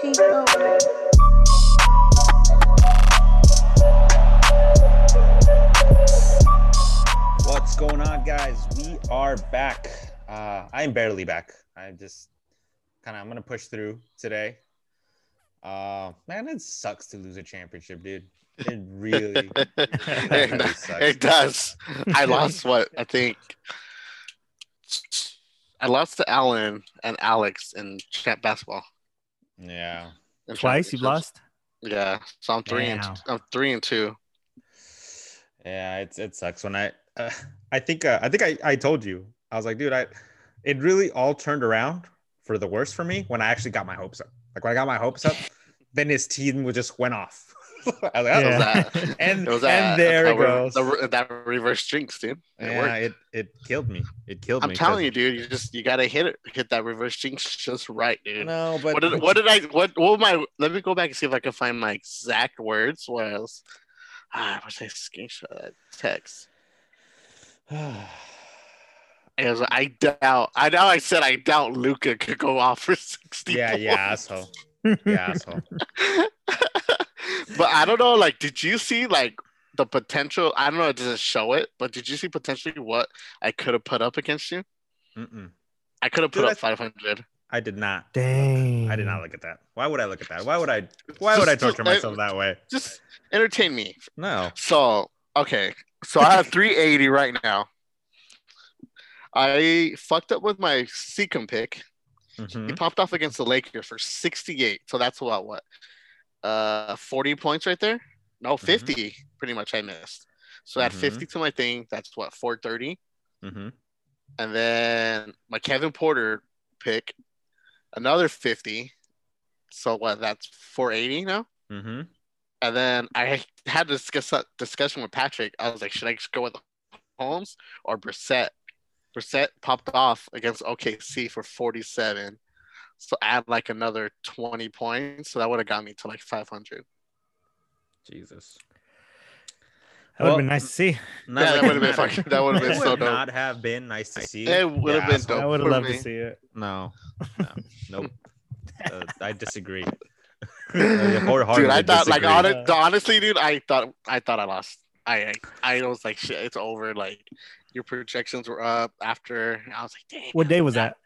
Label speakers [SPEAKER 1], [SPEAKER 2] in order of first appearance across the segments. [SPEAKER 1] keep going.
[SPEAKER 2] What's going on, guys? We are back. Uh, I'm barely back. I'm just kind of. I'm gonna push through today. Uh, man, it sucks to lose a championship, dude. It really,
[SPEAKER 3] it,
[SPEAKER 2] really sucks.
[SPEAKER 3] it does. I lost what I think. I lost to Alan and Alex in champ basketball.
[SPEAKER 2] Yeah.
[SPEAKER 3] in
[SPEAKER 4] Twice you've
[SPEAKER 3] championships.
[SPEAKER 4] lost?
[SPEAKER 3] Yeah, so I'm three and
[SPEAKER 4] Wow.
[SPEAKER 3] I'm three and two.
[SPEAKER 2] Yeah, it's it sucks when I uh, I think uh, I think I, I told you I was like, dude, I it really all turned around for the worse for me when I actually got my hopes up. Like when I got my hopes up, then his team would just went off. I was like, "That
[SPEAKER 3] It was
[SPEAKER 2] was-
[SPEAKER 4] Yeah.
[SPEAKER 3] that. It
[SPEAKER 2] And
[SPEAKER 3] was that.
[SPEAKER 2] and there
[SPEAKER 3] that
[SPEAKER 2] it
[SPEAKER 3] re-
[SPEAKER 2] goes.
[SPEAKER 3] the re- that reverse jinx, dude. It
[SPEAKER 2] yeah,
[SPEAKER 3] worked.
[SPEAKER 2] it it killed me. It killed
[SPEAKER 3] I'm
[SPEAKER 2] me.
[SPEAKER 3] telling you, dude. You just you gotta hit it, hit that reverse jinx just right, dude.
[SPEAKER 2] No, but
[SPEAKER 3] What did, what did I what what my let me go back and see if I can find my exact words was ah, I wish I screenshot that text. It was I doubt I know I said I doubt Luca could go off for sixty.
[SPEAKER 2] yeah, yeah,
[SPEAKER 3] points."
[SPEAKER 2] asshole. Yeah, asshole.
[SPEAKER 3] but I don't know, like did you see like the potential I don't know it doesn't show it, but did you see potentially what I could have put up against you?
[SPEAKER 2] Mm-mm.
[SPEAKER 3] I could have put
[SPEAKER 2] Dude, I-
[SPEAKER 3] up five hundred.
[SPEAKER 2] I did not.
[SPEAKER 4] Dang.
[SPEAKER 2] I did not look at that. Why would I look at that? Why would I? Why would I torture myself that way?
[SPEAKER 3] Just entertain me.
[SPEAKER 2] No.
[SPEAKER 3] So okay, so I have 380 right now. I fucked up with my Seacom pick.
[SPEAKER 2] Mhm.
[SPEAKER 3] He popped off against the Lakers for 68. So that's about what, uh, 40 points right there. No, 50 pretty much. I missed. So I had
[SPEAKER 2] Mhm.
[SPEAKER 3] 50 to my thing. That's what 430.
[SPEAKER 2] Mm-hmm.
[SPEAKER 3] And then my Kevin Porter pick, another 50. So what? That's 480 now.
[SPEAKER 2] Mm-hmm.
[SPEAKER 3] And then I had this discuss- discussion with Patrick. I was like, should I just go with Holmes or Brissett? Brissett popped off against OKC for 47. So add like another 20 points. So that would have got me to like 500.
[SPEAKER 2] Jesus.
[SPEAKER 4] That would have
[SPEAKER 2] Well,
[SPEAKER 4] been nice to see.
[SPEAKER 2] Not
[SPEAKER 3] Yeah,
[SPEAKER 2] like
[SPEAKER 3] that would've
[SPEAKER 2] it
[SPEAKER 3] been
[SPEAKER 2] mattered.
[SPEAKER 3] fucking- that would've
[SPEAKER 2] It
[SPEAKER 3] been so
[SPEAKER 2] would
[SPEAKER 3] dope.
[SPEAKER 2] Not have been nice to see.
[SPEAKER 3] It would've
[SPEAKER 2] Yeah,
[SPEAKER 3] been
[SPEAKER 2] so-
[SPEAKER 3] dope.
[SPEAKER 4] I would have
[SPEAKER 3] for
[SPEAKER 4] loved
[SPEAKER 3] me.
[SPEAKER 4] to see it.
[SPEAKER 2] No, no, nope. Uh, I disagree. I wholeheartedly
[SPEAKER 3] dude, I thought like
[SPEAKER 2] disagree.
[SPEAKER 3] on
[SPEAKER 4] Yeah.
[SPEAKER 3] it, honestly, dude, I thought I thought I lost. I I I was like, shit, it's over. Like your projections were up after. I was like, dang.
[SPEAKER 4] What day was that?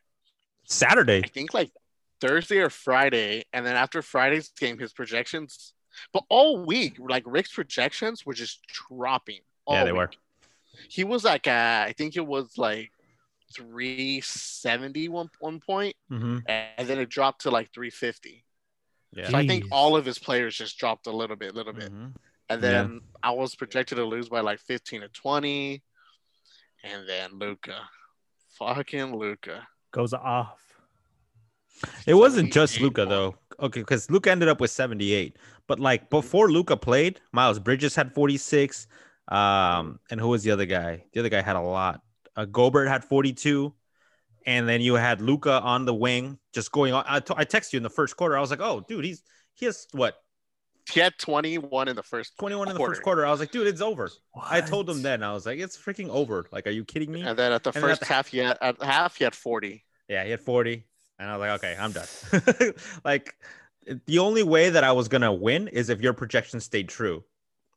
[SPEAKER 2] Saturday.
[SPEAKER 3] I think like Thursday or Friday, and then after Friday's game, his projections. But all week, like Rick's projections were just dropping. All
[SPEAKER 2] Yeah, they
[SPEAKER 3] week.
[SPEAKER 2] were.
[SPEAKER 3] He was like, uh, I think it was like 370 one, one point,
[SPEAKER 2] Mm-hmm.
[SPEAKER 3] and then it dropped to like 350.
[SPEAKER 2] Yeah.
[SPEAKER 3] So I think
[SPEAKER 4] Jeez.
[SPEAKER 3] all of his players just dropped a little bit, little bit.
[SPEAKER 2] Mhm.
[SPEAKER 3] And
[SPEAKER 2] Yeah.
[SPEAKER 3] then I was projected to lose by like 15 to 20. And then Luca. Fucking Luca.
[SPEAKER 4] Goes off.
[SPEAKER 2] It wasn't just
[SPEAKER 3] 78
[SPEAKER 2] Luca though. Okay, because Luca ended up with 78. But like before Luca played, Miles Bridges had 46. Um, and who was the other guy? The other guy had a lot. Uh, Gobert had 42. And then you had Luca on the wing, just going on. I, t- I texted you in the first quarter. I was like, oh, dude, he's he has what
[SPEAKER 3] He had 21 in the first
[SPEAKER 2] 21 in the first
[SPEAKER 3] Quarter.
[SPEAKER 2] quarter. I was like, dude, it's over. I told him
[SPEAKER 4] What?
[SPEAKER 2] then. I was like, it's freaking over. Like, are you kidding me?
[SPEAKER 3] And then at the
[SPEAKER 2] And then at
[SPEAKER 3] first
[SPEAKER 2] the-
[SPEAKER 3] half, he had at half he had forty.
[SPEAKER 2] Yeah, he had 40. And I was like, okay, I'm done. like, the only way that I was going to win is if your projections stayed true.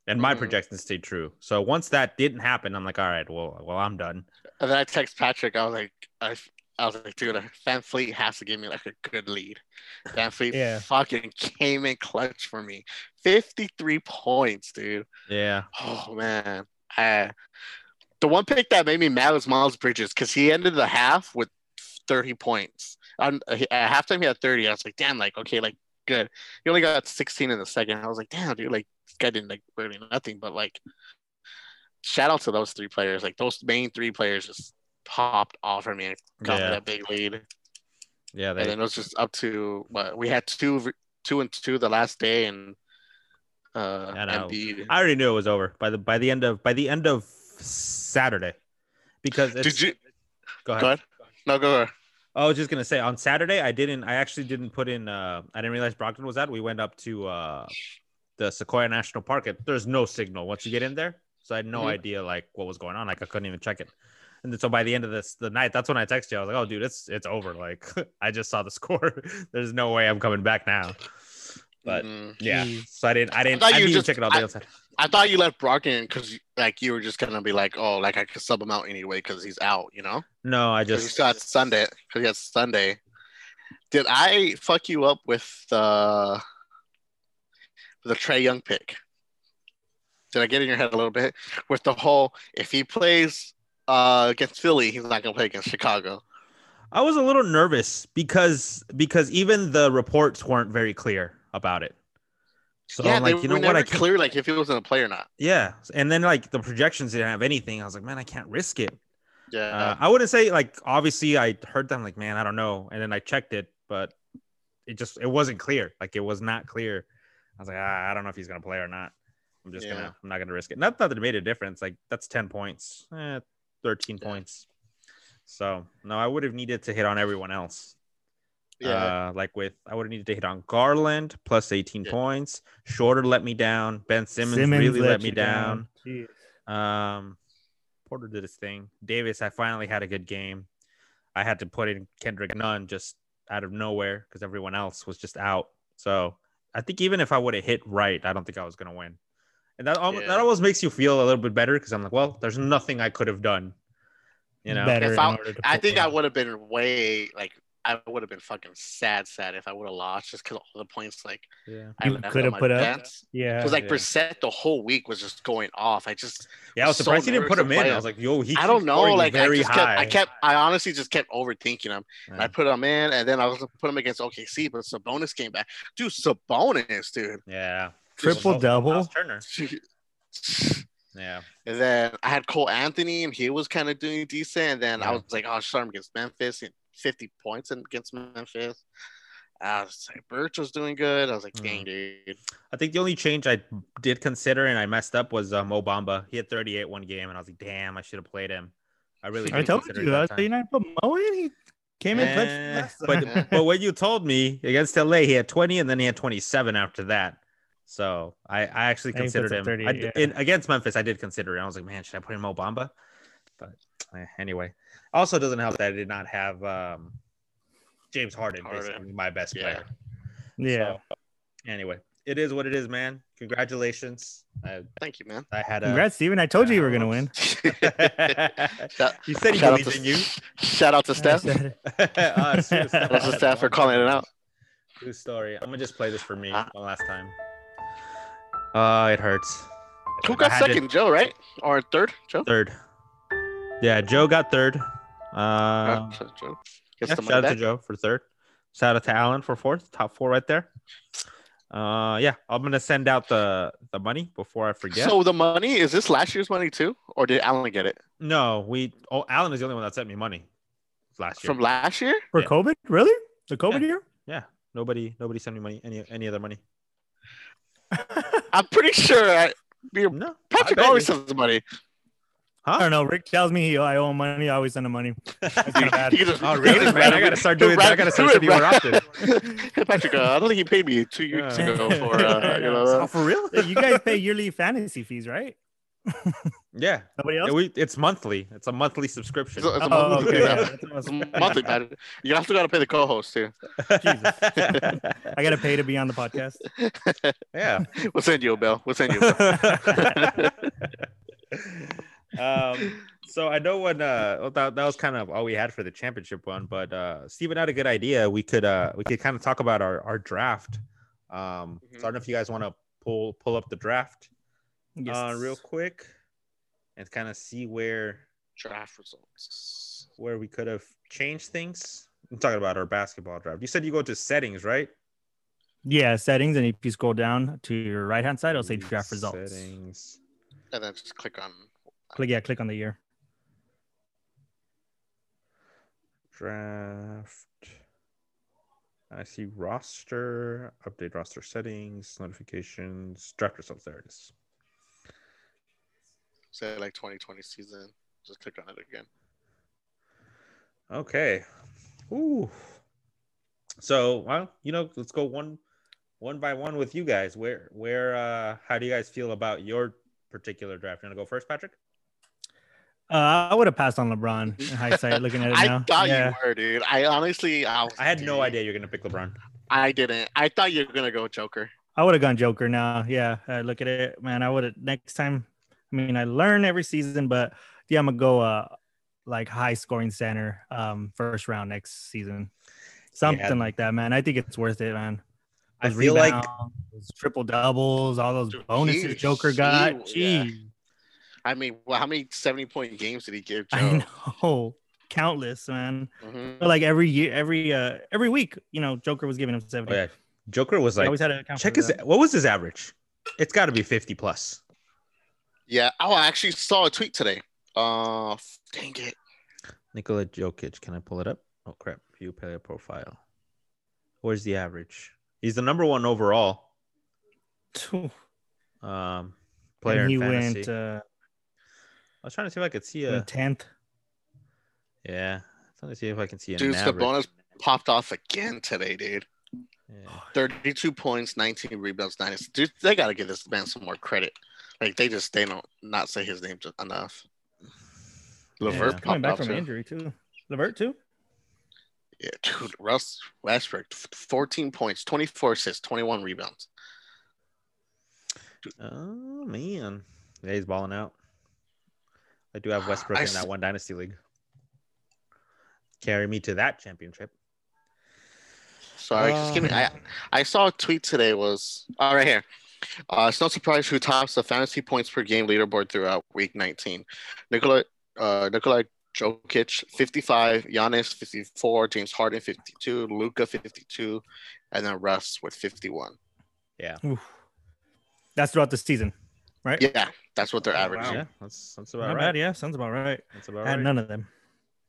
[SPEAKER 2] And my
[SPEAKER 3] Mhm.
[SPEAKER 2] projections stayed true. So once that didn't happen, I'm like, all right, well, well, I'm done.
[SPEAKER 3] And then I text Patrick. I was like, I, I was like, dude, Van Fleet has to give me like a good lead. Van Fleet
[SPEAKER 4] Yeah.
[SPEAKER 3] fucking came in clutch for me, fifty three points, dude.
[SPEAKER 2] Yeah.
[SPEAKER 3] Oh man, I, the one pick that made me mad was Miles Bridges because he ended the half with thirty points. On he- at halftime, he had thirty. I was like, damn, like okay, like good. He only got sixteen in the second. I was like, damn, dude, like this guy didn't like really nothing. But like, shout out to those three players. Like those main three players just popped off for me and got me
[SPEAKER 2] Yeah.
[SPEAKER 3] that big lead.
[SPEAKER 2] Yeah.
[SPEAKER 3] And
[SPEAKER 2] They,
[SPEAKER 3] then it was just up to what we had two, two and two the last day, and uh,
[SPEAKER 2] I know.
[SPEAKER 3] Embiid.
[SPEAKER 2] I already knew it was over by the by the end of by the end of Saturday. Because it's,
[SPEAKER 3] Did you
[SPEAKER 2] go ahead.
[SPEAKER 3] go ahead? No, go ahead.
[SPEAKER 2] I was just gonna say on Saturday I didn't I actually didn't put in uh I didn't realize Brockton was out. We went up to uh the Sequoia National Park. It, there's no signal once you get in there. So I had no
[SPEAKER 3] Mhm.
[SPEAKER 2] idea like what was going on. Like I couldn't even check it. And then, so by the end of this the night, that's when I texted you. I was like, "Oh, dude, it's it's over. Like, I just saw the score. There's no way I'm coming back now." But
[SPEAKER 3] Mm.
[SPEAKER 2] yeah,
[SPEAKER 4] Jeez.
[SPEAKER 2] so I didn't. I didn't. I,
[SPEAKER 3] thought you
[SPEAKER 2] didn't even
[SPEAKER 3] just-
[SPEAKER 2] check it out the outside.
[SPEAKER 3] I thought you left Brock in because like you were just gonna be like, oh, like I could sub him out anyway because he's out, you know?
[SPEAKER 2] No, I
[SPEAKER 3] Because he
[SPEAKER 2] just
[SPEAKER 3] still had Sunday. Because he had Sunday. Did I fuck you up with uh, the Trey Young pick? Did I get in your head a little bit with the whole if he plays uh, against Philly, he's not gonna play against Chicago?
[SPEAKER 2] I was a little nervous because because even the reports weren't very clear about it. So
[SPEAKER 3] yeah,
[SPEAKER 2] I'm like,
[SPEAKER 3] they
[SPEAKER 2] you know
[SPEAKER 3] were
[SPEAKER 2] what?
[SPEAKER 3] never
[SPEAKER 2] I can't.
[SPEAKER 3] clear like if he was gonna play or not.
[SPEAKER 2] Yeah, and then like the projections didn't have anything. I was like, man, I can't risk it.
[SPEAKER 3] Yeah,
[SPEAKER 2] Uh, I wouldn't say like obviously I heard them like, man, I don't know, and then I checked it, but it just it wasn't clear. Like it was not clear. I was like, ah, I don't know if he's gonna play or not. I'm just
[SPEAKER 3] Yeah.
[SPEAKER 2] gonna I'm not gonna risk it. Not that it made a difference. Like that's ten points, eh, thirteen
[SPEAKER 3] Yeah.
[SPEAKER 2] points. So no, I would have needed to hit on everyone else.
[SPEAKER 3] yeah.
[SPEAKER 2] Uh, like with I would have needed to hit on Garland plus 18
[SPEAKER 3] Yeah.
[SPEAKER 2] points. Shorter let me down. Ben Simmons, really let, me
[SPEAKER 4] you
[SPEAKER 2] down.
[SPEAKER 4] Jeez.
[SPEAKER 2] Um, Porter did his thing. Davis, I finally had a good game. I had to put in Kendrick Nunn just out of nowhere because everyone else was just out. So I think even if I would have hit right, I don't think I was gonna win. And that almost,
[SPEAKER 3] Yeah.
[SPEAKER 2] that almost makes you feel a little bit better because I'm like, well, there's nothing I could have done. You know,
[SPEAKER 4] Better
[SPEAKER 3] If
[SPEAKER 4] in
[SPEAKER 3] I-
[SPEAKER 4] order to
[SPEAKER 3] I
[SPEAKER 4] pull
[SPEAKER 3] think
[SPEAKER 4] it
[SPEAKER 3] I
[SPEAKER 4] off.
[SPEAKER 3] would have been way like I would have been fucking sad, sad if I would have lost just because all the points like
[SPEAKER 2] yeah,
[SPEAKER 3] I
[SPEAKER 4] You
[SPEAKER 3] left
[SPEAKER 4] coulda
[SPEAKER 3] on my
[SPEAKER 4] put up.
[SPEAKER 3] pants.
[SPEAKER 4] Yeah.
[SPEAKER 3] It was like
[SPEAKER 2] Yeah.
[SPEAKER 3] Brissett the whole week was just going off. I just
[SPEAKER 2] yeah. I was
[SPEAKER 3] So
[SPEAKER 2] surprised he didn't put him
[SPEAKER 3] nervous
[SPEAKER 2] in.
[SPEAKER 3] to play
[SPEAKER 2] I was like, yo, he
[SPEAKER 3] I
[SPEAKER 2] keeps
[SPEAKER 3] don't know.
[SPEAKER 2] scoring
[SPEAKER 3] Like I
[SPEAKER 2] very
[SPEAKER 3] just
[SPEAKER 2] high.
[SPEAKER 3] kept I kept I honestly just kept overthinking him. And
[SPEAKER 2] Yeah.
[SPEAKER 3] I put him in and then I was gonna put him against OKC, but Sabonis came back. Dude, Sabonis, dude.
[SPEAKER 2] yeah,
[SPEAKER 4] Triple double?
[SPEAKER 2] Miles Turner. Yeah,
[SPEAKER 3] And then I had Cole Anthony and he was kind of doing decent. And then I
[SPEAKER 2] Yeah.
[SPEAKER 3] was like, oh, start him against Memphis and 50 points in- against Memphis. I was like, Birch was doing good. I was like,
[SPEAKER 2] Mhm.
[SPEAKER 3] dang, dude.
[SPEAKER 2] I think the only change I did consider and I messed up was uh, Mo Bamba. He had 38 one game, and I was like, damn, I should have played him. I really
[SPEAKER 4] I
[SPEAKER 2] didn't
[SPEAKER 4] told
[SPEAKER 2] consider it
[SPEAKER 4] you.
[SPEAKER 2] that
[SPEAKER 4] I told you
[SPEAKER 2] time.
[SPEAKER 4] not to put Mo in. He came in
[SPEAKER 2] Eh,
[SPEAKER 4] clutch.
[SPEAKER 2] but but when you told me against LA, he had 20, and then he had 27 after that. So I, I actually
[SPEAKER 4] And he puts
[SPEAKER 2] considered
[SPEAKER 4] up
[SPEAKER 2] him.
[SPEAKER 4] 38,
[SPEAKER 2] I d-
[SPEAKER 4] yeah.
[SPEAKER 2] in, against Memphis, I did consider it. I was like, man, should I put in Mo Bamba? But eh, anyway, also doesn't help that I did not have um, James Harden,
[SPEAKER 3] Harden.
[SPEAKER 2] basically my best
[SPEAKER 3] Yeah.
[SPEAKER 2] player.
[SPEAKER 4] yeah.
[SPEAKER 2] So, anyway, it is what it is, man. Congratulations. I,
[SPEAKER 3] Thank you, man.
[SPEAKER 2] I had a.
[SPEAKER 4] Congrats, Steven. I told you you were gonna win.
[SPEAKER 3] Shout-
[SPEAKER 2] you said he
[SPEAKER 3] shout, out
[SPEAKER 2] believed
[SPEAKER 3] to,
[SPEAKER 2] in you.
[SPEAKER 3] shout out to Steph.
[SPEAKER 4] I said-
[SPEAKER 2] Uh, shoot, it's
[SPEAKER 3] Shout out to Steph for calling it out.
[SPEAKER 2] True story. I'm gonna just play this for me
[SPEAKER 3] Ah.
[SPEAKER 2] one last time. Uh, it hurts.
[SPEAKER 3] Who
[SPEAKER 2] I
[SPEAKER 3] got
[SPEAKER 2] had to-
[SPEAKER 3] second, Joe? Right or third, Joe?
[SPEAKER 2] Third. Yeah, Joe got third. Uh,
[SPEAKER 3] Uh, Joe.
[SPEAKER 2] yeah,
[SPEAKER 3] Gets the
[SPEAKER 2] shout out to
[SPEAKER 3] money back.
[SPEAKER 2] Joe for third. Shout out to Alan for fourth. Top four right there. Uh, yeah, I'm gonna send out the the money before I forget.
[SPEAKER 3] So the money is this last year's money too, or did Alan get it
[SPEAKER 2] No, we. Oh, Alan is the only one that sent me money last year.
[SPEAKER 3] from last year?
[SPEAKER 4] For
[SPEAKER 2] Yeah.
[SPEAKER 4] COVID, really? The COVID year?
[SPEAKER 2] nobody, nobody sent me money. Any any other money?
[SPEAKER 3] I'm pretty sure I, me-
[SPEAKER 2] No.
[SPEAKER 3] Patrick
[SPEAKER 2] I bet
[SPEAKER 3] always
[SPEAKER 2] you-
[SPEAKER 3] sends the money.
[SPEAKER 4] I don't know. Rick tells me he, I owe him money. I always send him money. That's kind of bad.
[SPEAKER 3] He just-
[SPEAKER 2] Oh
[SPEAKER 3] he
[SPEAKER 2] really,
[SPEAKER 3] just
[SPEAKER 2] man? I
[SPEAKER 3] randomly-
[SPEAKER 2] gotta start doing.
[SPEAKER 3] Ra-
[SPEAKER 2] that. I gotta start
[SPEAKER 3] do it,
[SPEAKER 2] sending more
[SPEAKER 3] Ra-
[SPEAKER 2] often.
[SPEAKER 3] Hey, Patrick, uh, I don't think he paid me two years
[SPEAKER 2] Yeah.
[SPEAKER 3] ago for uh, you know.
[SPEAKER 2] Oh,
[SPEAKER 3] Uh,
[SPEAKER 2] for real?
[SPEAKER 4] you guys pay yearly fantasy fees, right?
[SPEAKER 2] Yeah.
[SPEAKER 4] Nobody else?
[SPEAKER 2] Yeah, we, it's monthly. It's a monthly subscription.
[SPEAKER 3] it's a- it's a
[SPEAKER 4] Oh,
[SPEAKER 3] monthly,
[SPEAKER 4] okay.
[SPEAKER 3] yeah.
[SPEAKER 4] yeah, that's what I
[SPEAKER 3] It's a
[SPEAKER 4] was-
[SPEAKER 3] monthly, Patrick. You also got to pay the co-host too.
[SPEAKER 4] I gotta pay to be on the podcast.
[SPEAKER 2] yeah.
[SPEAKER 3] We'll send you a bill. We'll send you. A bill.
[SPEAKER 2] um, so I know when uh, well, that, that was kind of all we had for the championship one, but uh, Steven had a good idea. We could uh, we could kind of talk about our our draft. Um, So I don't know if you guys want to pull pull up the draft uh, real quick and kind of see where
[SPEAKER 3] Draft results.
[SPEAKER 2] where we could have changed things. I'm talking about our basketball draft. You said you go to settings, right?
[SPEAKER 4] Yeah, settings. And if you scroll down to your right hand side, it'll say draft results.
[SPEAKER 2] Mm, Settings.
[SPEAKER 3] And then just click on.
[SPEAKER 4] Click, yeah, click on the year.
[SPEAKER 2] draft. I see roster, update roster settings, notifications, draft results. There it is.
[SPEAKER 3] say like 2020 season. Just click on it again.
[SPEAKER 2] Okay. Ooh. So, well, you know, let's go one one by one with you guys. Where where uh how do you guys feel about your particular draft? You want to go first, Patrick?
[SPEAKER 4] Uh, I would have passed on LeBron in hindsight, looking at it now.
[SPEAKER 3] I thought
[SPEAKER 4] yeah.
[SPEAKER 3] you were, dude. I honestly, I, was
[SPEAKER 2] I had no
[SPEAKER 3] like,
[SPEAKER 2] idea you're gonna pick LeBron.
[SPEAKER 3] I didn't. I thought you were gonna go Joker.
[SPEAKER 4] I would have gone Joker now. Yeah, uh, look at it, man. I would have next time. I mean, I learn every season, but yeah, I'm gonna go uh like high scoring center um first round next season, something
[SPEAKER 2] Yeah.
[SPEAKER 4] like that, man. I think it's worth it, man.
[SPEAKER 2] I
[SPEAKER 4] Those
[SPEAKER 2] feel like
[SPEAKER 4] rebounds, those triple doubles, all those
[SPEAKER 3] Dude,
[SPEAKER 4] bonuses
[SPEAKER 3] huge.
[SPEAKER 4] Joker got.
[SPEAKER 3] Huge, yeah.
[SPEAKER 4] Gee,
[SPEAKER 3] I mean, well, how many seventy-point games did he give Joe?
[SPEAKER 4] I know, countless, man.
[SPEAKER 3] Mhm.
[SPEAKER 4] But like every year, every uh every week, you know, Joker was giving him
[SPEAKER 2] oh
[SPEAKER 4] seventy.
[SPEAKER 2] yeah, Joker was
[SPEAKER 4] I
[SPEAKER 2] like
[SPEAKER 4] always had to account
[SPEAKER 2] check
[SPEAKER 4] for
[SPEAKER 2] his
[SPEAKER 4] that.
[SPEAKER 2] what was his average? It's got to be 50 plus.
[SPEAKER 3] Yeah. Oh, I actually saw a tweet today. Uh, f- dang it.
[SPEAKER 2] Nikola Jokic, can I pull it up? Oh crap, view player profile. Where's the average? He's the number one overall um player
[SPEAKER 4] and he
[SPEAKER 2] in fantasy.
[SPEAKER 4] went uh
[SPEAKER 2] I was trying to see if I could see
[SPEAKER 4] in
[SPEAKER 2] a
[SPEAKER 4] tenth.
[SPEAKER 2] yeah. Trying to see if I can see an
[SPEAKER 3] Dude,
[SPEAKER 2] average.
[SPEAKER 3] Sabonis popped off again today, dude.
[SPEAKER 2] Yeah.
[SPEAKER 3] Thirty-two points, nineteen rebounds, nine. assists. Dude, they gotta give this man some more credit. Like they just they don't not say his name just enough. Levert
[SPEAKER 2] Yeah.
[SPEAKER 3] popped
[SPEAKER 4] coming back
[SPEAKER 3] off
[SPEAKER 4] from
[SPEAKER 3] too.
[SPEAKER 4] injury too. Levert too.
[SPEAKER 3] Yeah, dude, Russ Westbrook, f- 14 points, 24 assists, 21 rebounds.
[SPEAKER 2] Oh man, yeah, he's balling out. I do have Westbrook
[SPEAKER 3] I
[SPEAKER 2] in that
[SPEAKER 3] s-
[SPEAKER 2] one dynasty league. Carry me to that championship.
[SPEAKER 3] Sorry, just give me. I,
[SPEAKER 2] Ah.
[SPEAKER 3] I saw a tweet today was all right here. Uh, it's no surprise who tops the fantasy points per game leaderboard throughout Week 19. Nikola uh, Nikola Jokic 55, Giannis 54, James Harden 52, Luca 52, and then Russ with 51.
[SPEAKER 2] Yeah,
[SPEAKER 4] Oof. That's throughout the season, right?
[SPEAKER 3] Yeah, that's what they're
[SPEAKER 4] Oh,
[SPEAKER 3] averaging.
[SPEAKER 4] wow.
[SPEAKER 2] yeah, that's that's about
[SPEAKER 4] Not
[SPEAKER 2] right.
[SPEAKER 4] bad. Yeah, sounds about right.
[SPEAKER 2] That's about
[SPEAKER 4] I had
[SPEAKER 2] right.
[SPEAKER 4] none of them.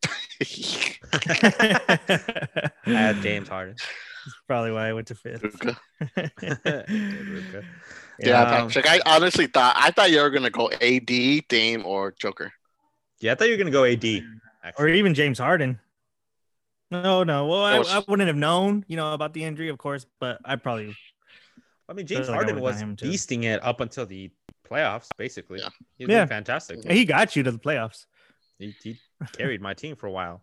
[SPEAKER 2] I had James Harden.
[SPEAKER 4] Probably why I went to fifth.
[SPEAKER 3] Luka.
[SPEAKER 2] Luka.
[SPEAKER 3] Yeah,
[SPEAKER 2] Um,
[SPEAKER 3] Patrick. I honestly thought I thought you were gonna go AD, Dame, or Joker.
[SPEAKER 2] Yeah, I thought you were gonna go AD.
[SPEAKER 4] or
[SPEAKER 2] actually.
[SPEAKER 4] even James Harden. No, no. Well, I,
[SPEAKER 3] That was-
[SPEAKER 4] I wouldn't have known, you know, about the injury, of course, but I probably
[SPEAKER 2] I mean, James
[SPEAKER 4] like I
[SPEAKER 2] Harden
[SPEAKER 4] would've
[SPEAKER 2] was
[SPEAKER 4] got him too.
[SPEAKER 2] beasting it up until the playoffs, basically.
[SPEAKER 3] Yeah.
[SPEAKER 2] He's
[SPEAKER 4] Yeah.
[SPEAKER 2] been fantastic.
[SPEAKER 4] he got you to the playoffs.
[SPEAKER 2] He, he carried my team for a while.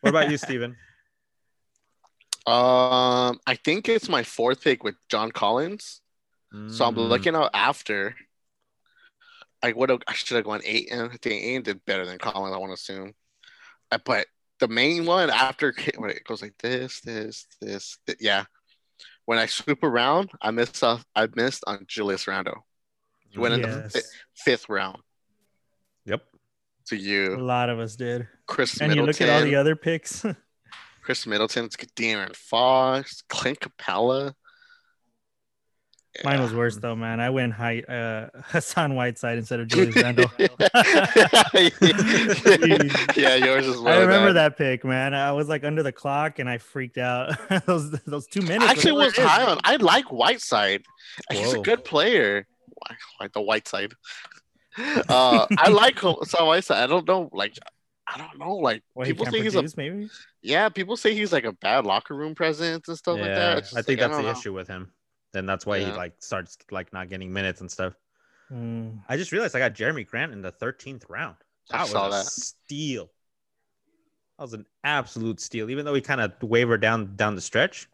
[SPEAKER 2] What about you, Steven?
[SPEAKER 3] Um, I think it's my fourth pick with John Collins. So I'm
[SPEAKER 2] Mm,
[SPEAKER 3] looking out after. I would have. I should have gone eight, and I think Aiden did better than Collins. I want to assume, Uh, but the main one after when it goes like this, this, this, thi- yeah. When I swoop around, I missed off. I missed on Julius Rando, went in the
[SPEAKER 4] Yes.
[SPEAKER 3] fi- fifth round
[SPEAKER 2] Yep.
[SPEAKER 3] to
[SPEAKER 4] A
[SPEAKER 3] you,
[SPEAKER 4] lot of us did.
[SPEAKER 3] Chris
[SPEAKER 4] And you look
[SPEAKER 3] Middleton.
[SPEAKER 4] at all the other picks.
[SPEAKER 3] Chris Middleton, De'Aaron Fox, Clint Capella.
[SPEAKER 4] Mine was
[SPEAKER 3] Yeah.
[SPEAKER 4] worse though, man. I went high, uh, Hassan Whiteside instead of Julius Randle.
[SPEAKER 3] yeah, yours is.
[SPEAKER 4] I
[SPEAKER 3] really
[SPEAKER 4] remember
[SPEAKER 3] bad.
[SPEAKER 4] that pick, man. I was like under the clock and I freaked out. those those two minutes.
[SPEAKER 3] I actually
[SPEAKER 4] whatever
[SPEAKER 3] was
[SPEAKER 4] it is.
[SPEAKER 3] high on. I like Whiteside. He's
[SPEAKER 2] Whoa.
[SPEAKER 3] a good player. Why- Like the Whiteside. Uh, I like Ho- so Whiteside. I don't know. Like, I don't know. Like
[SPEAKER 4] Well, he
[SPEAKER 3] people
[SPEAKER 4] can't
[SPEAKER 3] say he's
[SPEAKER 4] produce,
[SPEAKER 3] a
[SPEAKER 4] maybe.
[SPEAKER 3] yeah. People say he's like a bad locker room presence and stuff like that.
[SPEAKER 2] Yeah,
[SPEAKER 3] It's
[SPEAKER 2] I
[SPEAKER 3] just
[SPEAKER 2] think
[SPEAKER 3] like,
[SPEAKER 2] that's the
[SPEAKER 3] don't know.
[SPEAKER 2] issue with him. Then that's why he
[SPEAKER 3] Yeah.
[SPEAKER 2] like starts like not getting minutes and stuff.
[SPEAKER 4] Mm.
[SPEAKER 2] I just realized I got Jeremy Grant in the 13th round. That
[SPEAKER 3] I
[SPEAKER 2] was
[SPEAKER 3] saw
[SPEAKER 2] a
[SPEAKER 3] that.
[SPEAKER 2] steal. That was an absolute steal. Even though he kind of wavered down down the stretch,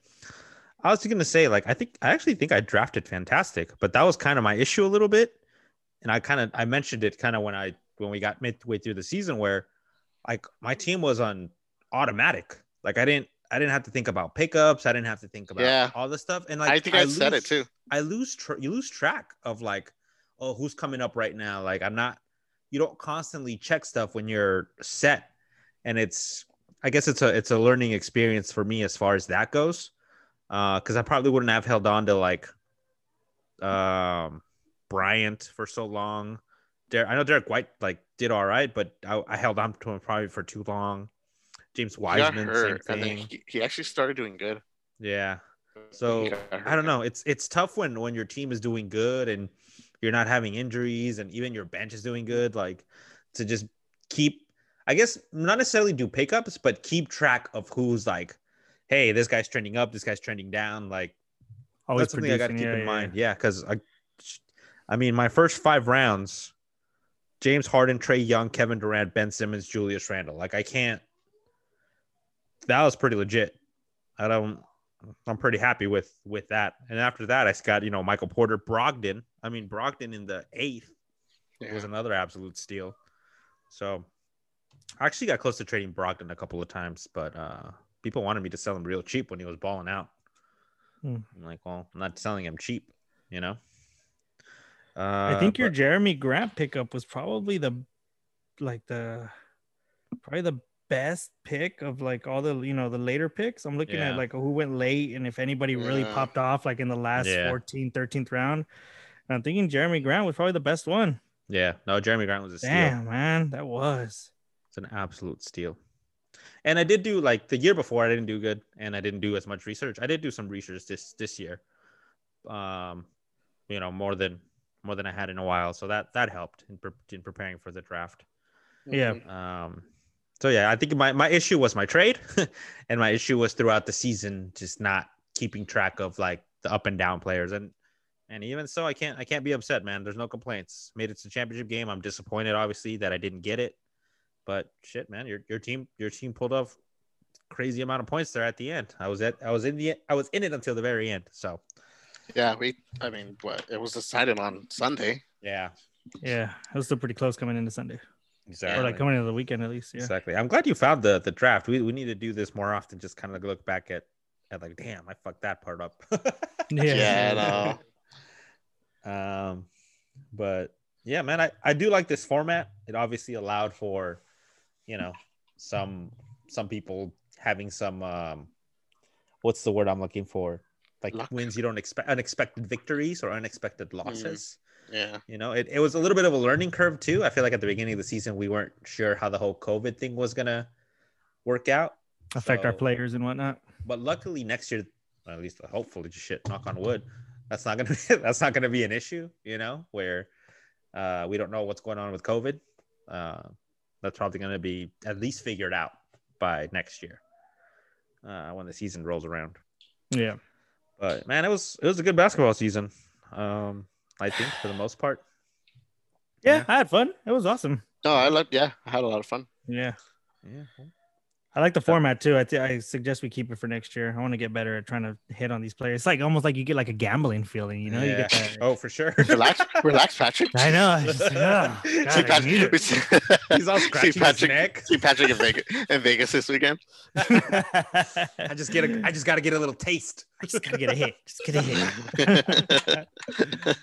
[SPEAKER 2] I was going to say like I think I actually think I drafted fantastic, but that was kind of my issue a little bit. And I kind of I mentioned it kind of when I when we got midway through the season where like my team was on automatic. Like I didn't I didn't have to think about pickups. I didn't have to think about
[SPEAKER 3] Yeah.
[SPEAKER 2] all this stuff. And like
[SPEAKER 3] I think I, said
[SPEAKER 2] lose-
[SPEAKER 3] it too.
[SPEAKER 2] I lose tr you lose track of like, oh, who's coming up right now? Like I'm not you don't constantly check stuff when you're set. And it's I guess it's a it's a learning experience for me as far as that goes. Uh because I probably wouldn't have held on to like um Bryant for so long. Der- I know Derek White like did all right, but I, I held on to him probably for too long. James
[SPEAKER 3] He got
[SPEAKER 2] Wiseman, same
[SPEAKER 3] hurt, and then
[SPEAKER 2] thing.
[SPEAKER 3] he, he actually started doing good.
[SPEAKER 2] yeah.
[SPEAKER 3] He
[SPEAKER 2] So
[SPEAKER 3] got hurt.
[SPEAKER 2] I don't know. It's it's tough when when your team is doing good and you're not having injuries and even your bench is doing good. Like to just keep, I guess not necessarily do pickups, but keep track of who's like, hey, this guy's trending up, this guy's trending down. Like
[SPEAKER 4] Always
[SPEAKER 2] that's something I got to
[SPEAKER 4] producing,
[SPEAKER 2] keep in
[SPEAKER 4] yeah, yeah,
[SPEAKER 2] mind. Yeah, because I, I mean, my first five rounds, James Harden, Trey Young, Kevin Durant, Ben Simmons, Julius Randle. Like I can't. That was pretty legit. I don't. I'm pretty happy with with that. And after that, I got you know Michael Porter, Brogdon. I mean Brogdon in the eighth
[SPEAKER 3] Yeah.
[SPEAKER 2] was another absolute steal. So I actually got close to trading Brogdon a couple of times, but uh people wanted me to sell him real cheap when he was balling out.
[SPEAKER 4] Hmm.
[SPEAKER 2] I'm like, well, I'm not selling him cheap, you know. Uh,
[SPEAKER 4] I think your
[SPEAKER 2] but-
[SPEAKER 4] Jeremy Grant pickup was probably the like the probably the best pick of like all the you know the later picks. I'm looking
[SPEAKER 2] Yeah.
[SPEAKER 4] at like who went late and if anybody really
[SPEAKER 3] Yeah.
[SPEAKER 4] popped off like in the last
[SPEAKER 2] Yeah.
[SPEAKER 4] 14, 13th round. And I'm thinking Jeremy Grant was probably the best one.
[SPEAKER 2] yeah, no, Jeremy Grant was a steal.
[SPEAKER 4] Damn, man, that was.
[SPEAKER 2] It's an absolute steal. And I did do like the year before I didn't do good and I didn't do as much research. I did do some research this this year. Um you know, more than more than I had in a while, so that that helped in, pre- in preparing for the draft.
[SPEAKER 4] Yeah.
[SPEAKER 2] Um so yeah, I think my my issue was my trade and my issue was throughout the season just not keeping track of like the up and down players and and even so I can't I can't be upset, man. There's no complaints. Made it to the championship game. I'm disappointed obviously that I didn't get it but shit, man, your your team your team pulled off crazy amount of points there at the end. I was at I was in the I was in it until the very end. So
[SPEAKER 3] Yeah, we. I mean, what it was decided on Sunday.
[SPEAKER 2] yeah,
[SPEAKER 4] Yeah, it was still pretty close coming into Sunday
[SPEAKER 2] exactly.
[SPEAKER 4] or like coming into the weekend at least. Yeah.
[SPEAKER 2] Exactly. I'm glad you found the the draft. We we need to do this more often. Just kind of look back at at like, damn, I fucked that part up.
[SPEAKER 4] Yeah.
[SPEAKER 3] Yeah, no.
[SPEAKER 2] Um, but yeah, man, I, I do like this format. It obviously allowed for, you know, some some people having some um, what's the word I'm looking for? Like
[SPEAKER 3] Luck.
[SPEAKER 2] wins you don't expect, unexpected victories or unexpected losses.
[SPEAKER 3] Yeah.
[SPEAKER 2] You know, it, it was a little bit of a learning curve too. I feel like at the beginning of the season we weren't sure how the whole COVID thing was gonna work out.
[SPEAKER 4] Affect our
[SPEAKER 2] So-
[SPEAKER 4] players and whatnot.
[SPEAKER 2] But luckily next year, well, at least hopefully, shit, knock on wood, that's not gonna be, that's not gonna be an issue. You know, where uh, we don't know what's going on with COVID. Uh, that's probably gonna be at least figured out by next year uh, when the season rolls around.
[SPEAKER 4] Yeah.
[SPEAKER 2] But man, it was it was a good basketball season. Um, I think for the most part.
[SPEAKER 4] yeah.
[SPEAKER 2] Yeah.
[SPEAKER 4] I had fun. It was awesome.
[SPEAKER 3] No, I loved. Yeah, I had a lot of fun.
[SPEAKER 4] Yeah.
[SPEAKER 2] Yeah.
[SPEAKER 4] I like the format too. I, th- I suggest we keep it for next year. I want to get better at trying to hit on these players. It's like almost like you get like a gambling feeling, you know? You get
[SPEAKER 2] Yeah.
[SPEAKER 4] that.
[SPEAKER 2] Oh, for sure.
[SPEAKER 3] Relax, relax, Patrick.
[SPEAKER 4] I know. It's just like, oh,
[SPEAKER 3] See
[SPEAKER 4] God, I need
[SPEAKER 3] Patrick.
[SPEAKER 4] it.
[SPEAKER 2] He's all
[SPEAKER 3] See
[SPEAKER 2] scratching his
[SPEAKER 3] Patrick-
[SPEAKER 2] neck.
[SPEAKER 3] See Patrick in Vegas, in Vegas this weekend.
[SPEAKER 2] I just get a I just gotta get a little taste.
[SPEAKER 4] I just gotta get a hit. Just get a hit.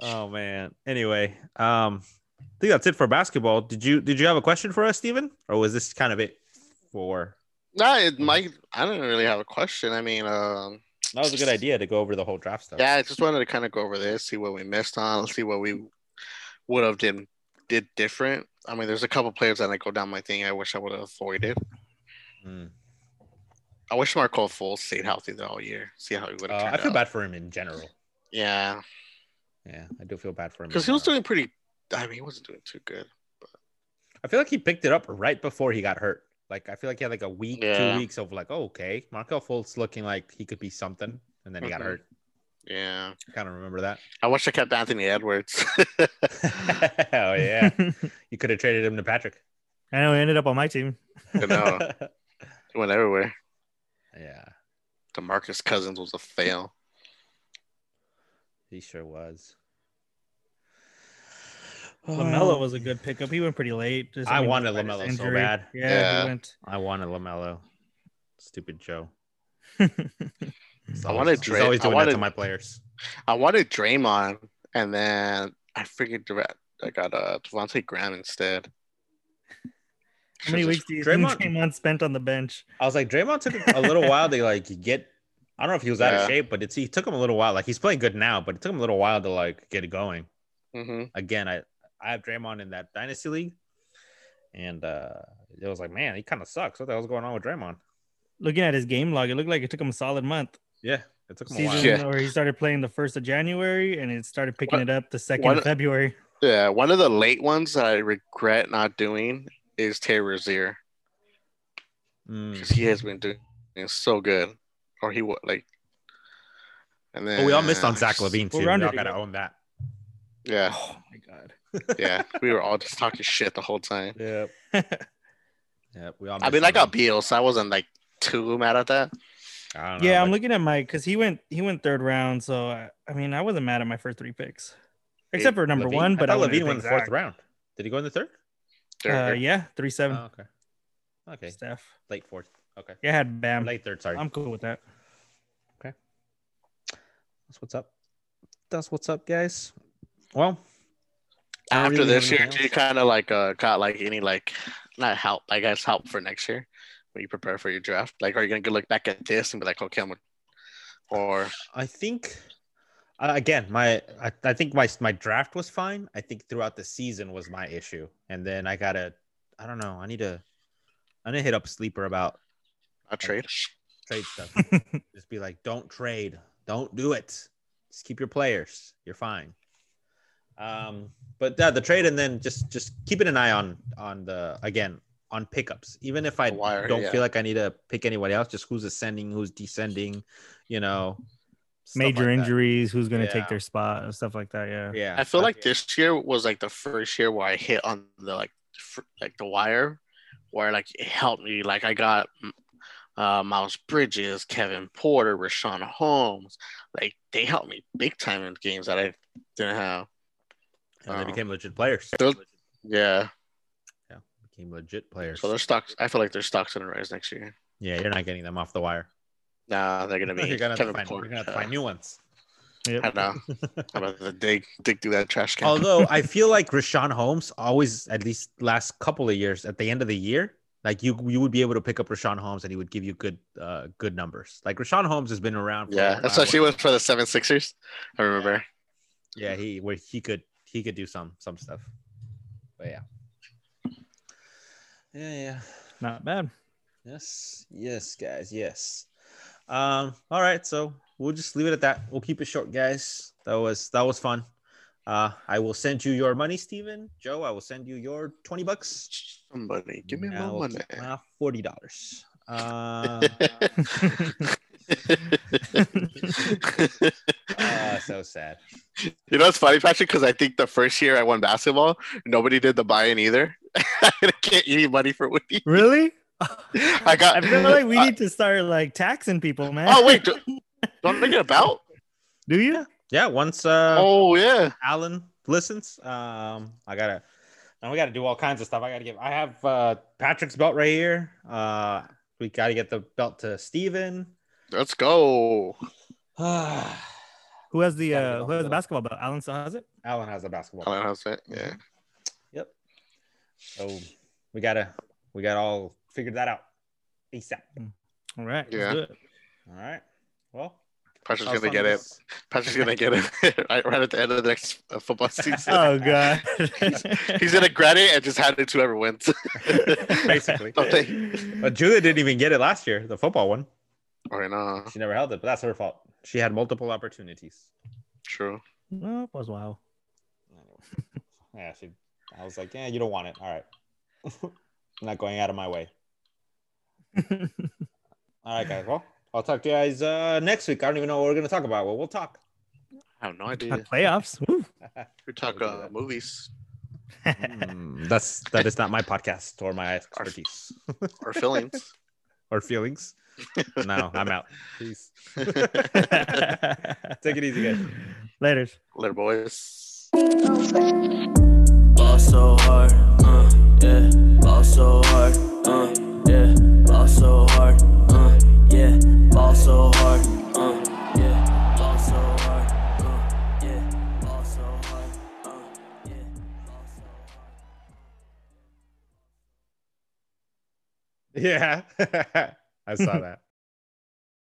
[SPEAKER 2] Oh man. Anyway, um, I think that's it for basketball. Did you did you have a question for us, Steven? Or was this kind of it for
[SPEAKER 3] no, it, my I don't really have a question. I mean, um,
[SPEAKER 2] that was a good idea to go over the whole draft stuff.
[SPEAKER 3] yeah, I just wanted to kind of go over this, see what we missed on, see what we would have did did different. I mean, there's a couple players that I go down my thing. I wish I would have avoided.
[SPEAKER 2] Mm.
[SPEAKER 3] I wish Marco Full stayed healthy the whole year. See how he would
[SPEAKER 2] Uh,
[SPEAKER 3] have.
[SPEAKER 2] I feel bad for him in general.
[SPEAKER 3] Yeah,
[SPEAKER 2] Yeah, I do feel bad for him. in
[SPEAKER 3] because he was
[SPEAKER 2] general.
[SPEAKER 3] doing pretty. I mean, he wasn't doing too good.
[SPEAKER 2] I feel like he picked it up right before he got hurt. Like I feel like he had like a week,
[SPEAKER 3] Yeah.
[SPEAKER 2] two weeks of like, oh, okay, Markel Fultz looking like he could be something, and then he got
[SPEAKER 3] Mhm.
[SPEAKER 2] hurt.
[SPEAKER 3] Yeah,
[SPEAKER 2] I kind of remember that.
[SPEAKER 3] I wish I kept Anthony Edwards.
[SPEAKER 2] oh yeah, you could have traded him to Patrick.
[SPEAKER 4] I know. He ended up on my team.
[SPEAKER 3] I know. He went everywhere.
[SPEAKER 2] yeah,
[SPEAKER 3] DeMarcus Cousins was a fail.
[SPEAKER 2] he sure was. Oh,
[SPEAKER 3] Oh.
[SPEAKER 4] Lamelo was a good pickup. He went pretty late. Just,
[SPEAKER 2] I wanted
[SPEAKER 4] despite his
[SPEAKER 2] LaMelo so
[SPEAKER 4] injury.
[SPEAKER 2] bad.
[SPEAKER 4] Yeah,
[SPEAKER 3] Yeah.
[SPEAKER 4] he went.
[SPEAKER 2] I wanted Lamelo. Stupid Joe. He's
[SPEAKER 3] I
[SPEAKER 2] always-
[SPEAKER 3] wanted
[SPEAKER 2] He's
[SPEAKER 3] Dray-
[SPEAKER 2] always
[SPEAKER 3] I
[SPEAKER 2] doing that to
[SPEAKER 3] wanted-
[SPEAKER 2] my players.
[SPEAKER 3] I wanted Draymond, and then I figured direct. I got uh, Devontae Graham instead.
[SPEAKER 4] How many weeks do you think
[SPEAKER 2] Draymond-
[SPEAKER 4] Draymond spent on the bench?
[SPEAKER 2] I was like, Draymond took a little while to like get. I don't know if he was out
[SPEAKER 3] Yeah.
[SPEAKER 2] of shape, but it's he took him a little while. Like he's playing good now, but it took him a little while to like get it going.
[SPEAKER 3] Mhm.
[SPEAKER 2] Again, I I have Draymond in that dynasty league, and uh it was like, man, he kind of sucks. What the hell's going on with Draymond?
[SPEAKER 4] Looking at his game log, it looked like it took him a solid month.
[SPEAKER 2] Yeah, it took him a while.
[SPEAKER 4] season
[SPEAKER 3] Yeah.
[SPEAKER 4] or he started playing the first of January and it started picking
[SPEAKER 3] What-
[SPEAKER 4] it up the second
[SPEAKER 3] what-
[SPEAKER 4] of February.
[SPEAKER 3] Yeah, one of the late ones that I regret not doing is Terry Rozier
[SPEAKER 2] Mm. Hmm.
[SPEAKER 3] because he has been doing so good, or he would like. And then
[SPEAKER 2] But we all missed on Zach Levine too.
[SPEAKER 4] What
[SPEAKER 2] We all
[SPEAKER 4] round did he
[SPEAKER 2] gotta
[SPEAKER 4] go?
[SPEAKER 2] own that.
[SPEAKER 3] Yeah,
[SPEAKER 4] Oh my god.
[SPEAKER 3] yeah, we were all just talking shit the whole time.
[SPEAKER 2] Yeah. yeah. We all.
[SPEAKER 3] I mean, I got Beal, so I wasn't like too mad at that.
[SPEAKER 2] I don't
[SPEAKER 4] Yeah,
[SPEAKER 2] know,
[SPEAKER 4] I'm
[SPEAKER 2] like,
[SPEAKER 4] looking at Mike because he went he went third round. So I, I mean, I wasn't mad at my first three picks, except for number
[SPEAKER 2] Levine?
[SPEAKER 4] one. But I,
[SPEAKER 2] thought
[SPEAKER 4] wanted
[SPEAKER 2] Levine
[SPEAKER 4] to
[SPEAKER 2] went in the
[SPEAKER 4] pick
[SPEAKER 2] fourth
[SPEAKER 4] Zach.
[SPEAKER 2] round. Did he go in the third?
[SPEAKER 4] Uh,
[SPEAKER 3] They're-
[SPEAKER 4] yeah, three seven.
[SPEAKER 2] Oh, okay. Okay.
[SPEAKER 4] Steph.
[SPEAKER 2] Late fourth. Okay.
[SPEAKER 4] Yeah, I had Bam.
[SPEAKER 2] Late third. Sorry.
[SPEAKER 4] I'm cool with that.
[SPEAKER 2] That's what's up. That's what's up, guys. Well, I don't really
[SPEAKER 3] after
[SPEAKER 2] have
[SPEAKER 3] this year,
[SPEAKER 2] anything
[SPEAKER 3] do you
[SPEAKER 2] else.
[SPEAKER 3] kind of like uh, got like any like not help? I guess help for next year when you prepare for your draft. Like, are you gonna go look back at this and be like, okay, I'm gonna, or
[SPEAKER 2] I think uh, again, my I, I think my my draft was fine. I think throughout the season was my issue, and then I gotta, I don't know, I need to, I need to hit up sleeper about
[SPEAKER 3] a trade?
[SPEAKER 2] trade stuff. Just be like, don't trade, don't do it. Just keep your players. You're fine. Um, but yeah, the trade, and then just just keeping an eye on on the again on pickups. Even if I
[SPEAKER 3] The wire,
[SPEAKER 2] don't
[SPEAKER 3] yeah.
[SPEAKER 2] feel like I need to pick anybody else, just who's ascending, who's descending, you know. stuff
[SPEAKER 4] Major
[SPEAKER 2] like that.
[SPEAKER 4] injuries. Who's gonna
[SPEAKER 2] Yeah.
[SPEAKER 4] take their spot and stuff like that? Yeah.
[SPEAKER 2] Yeah,
[SPEAKER 3] I feel
[SPEAKER 2] that's-
[SPEAKER 3] like this year was like the first year where I hit on the like fr- like the wire, where like it helped me. Like I got mm, uh, Miles Bridges, Kevin Porter, Rashawn Holmes. Like they helped me big time in games that I didn't have.
[SPEAKER 2] and they
[SPEAKER 3] Oh.
[SPEAKER 2] became legit players.
[SPEAKER 3] Those- Yeah,
[SPEAKER 2] Became legit players.
[SPEAKER 3] so their stocks. I feel like their stocks gonna rise next year.
[SPEAKER 2] Yeah, you're not getting them off the wire.
[SPEAKER 3] Nah, Oh, they're gonna be
[SPEAKER 2] you're gonna have to
[SPEAKER 3] Kevin
[SPEAKER 2] find, you're
[SPEAKER 3] Porter.
[SPEAKER 2] gonna have to find new ones.
[SPEAKER 3] I know. I'm about to dig dig through that trash can.
[SPEAKER 2] Although I feel like Rashawn Holmes always, at least last couple of years, at the end of the year, like you you would be able to pick up Rashawn Holmes and he would give you good uh good numbers. Like Rashawn Holmes has been around. For
[SPEAKER 3] yeah,
[SPEAKER 2] a
[SPEAKER 3] that's
[SPEAKER 2] while.
[SPEAKER 3] what she was for the Seven Sixers. I remember.
[SPEAKER 2] Yeah, he where he could he could do some some stuff. But yeah. Yeah, yeah.
[SPEAKER 4] Not bad.
[SPEAKER 2] Yes, yes, guys, yes. Um, all right, so we'll just leave it at that. We'll keep it short, guys. That was that was fun. Uh, I will send you your money, Steven. Joe, I will send you your 20 bucks.
[SPEAKER 3] Somebody give me
[SPEAKER 2] And
[SPEAKER 3] my
[SPEAKER 2] I will
[SPEAKER 3] money.
[SPEAKER 2] keep my forty dollars. Uh, uh, so sad.
[SPEAKER 3] You know, it's funny, Patrick, because I think the first year I won basketball, nobody did the buy-in either. I can't any money for Whitney.
[SPEAKER 4] really?
[SPEAKER 3] I got.
[SPEAKER 4] I feel like we
[SPEAKER 2] Uh,
[SPEAKER 3] I-
[SPEAKER 4] need to start like taxing people, man.
[SPEAKER 3] oh wait, do, don't make it about.
[SPEAKER 4] do you?
[SPEAKER 2] Yeah, once uh
[SPEAKER 3] oh yeah,
[SPEAKER 2] Alan listens, um, I gotta and we gotta do all kinds of stuff. I gotta give I have uh Patrick's belt right here. Uh we gotta get the belt to Steven.
[SPEAKER 3] let's go.
[SPEAKER 2] Alan
[SPEAKER 4] Who has the
[SPEAKER 2] Gotta get
[SPEAKER 4] uh,
[SPEAKER 2] off
[SPEAKER 4] who has the
[SPEAKER 2] the-
[SPEAKER 4] basketball belt? Alan still has it.
[SPEAKER 2] has the basketball.
[SPEAKER 3] Alan how's that? Yeah.
[SPEAKER 4] mm-hmm.
[SPEAKER 2] Yep. So we gotta we gotta all figure that out. Peace out.
[SPEAKER 4] All right.
[SPEAKER 3] Yeah.
[SPEAKER 4] Let's do it.
[SPEAKER 2] All right. Well,
[SPEAKER 3] Patrick's
[SPEAKER 2] how's
[SPEAKER 3] gonna
[SPEAKER 2] fun
[SPEAKER 3] get it.
[SPEAKER 2] this?
[SPEAKER 3] Patrick's gonna get it right, right at the end of the next uh, football season.
[SPEAKER 4] Oh god.
[SPEAKER 3] He's gonna grant it and just hand it to whoever wins.
[SPEAKER 2] Basically.
[SPEAKER 3] Something.
[SPEAKER 2] But Julia didn't even get it last year, the football one.
[SPEAKER 3] Or no,
[SPEAKER 2] She never held it, but that's her fault. She had multiple opportunities.
[SPEAKER 3] true.
[SPEAKER 4] No, it was wow.
[SPEAKER 2] Yeah, she. I was like, yeah, you don't want it. All right, I'm not going out of my way. All right, guys. Well, I'll talk to you guys uh, next week. I don't even know what we're gonna talk about. Well, we'll talk.
[SPEAKER 3] I have no
[SPEAKER 4] Uh,
[SPEAKER 3] idea.
[SPEAKER 4] Playoffs. Woo.
[SPEAKER 3] We talk
[SPEAKER 2] We'll do
[SPEAKER 3] uh,
[SPEAKER 2] that.
[SPEAKER 3] movies
[SPEAKER 2] Mm, that's that is not my podcast or my expertise
[SPEAKER 3] or feelings.
[SPEAKER 2] or feelings. No, I'm out. Peace. Take it easy, guys.
[SPEAKER 4] Later.
[SPEAKER 3] Little boys.
[SPEAKER 1] Ball so hard, uh, yeah. Ball so hard, uh, yeah. Ball so hard, uh, yeah. Ball so hard, uh, yeah. Ball so hard, uh, yeah. Ball so hard, uh, yeah. Ball so hard.
[SPEAKER 2] Yeah, I saw that.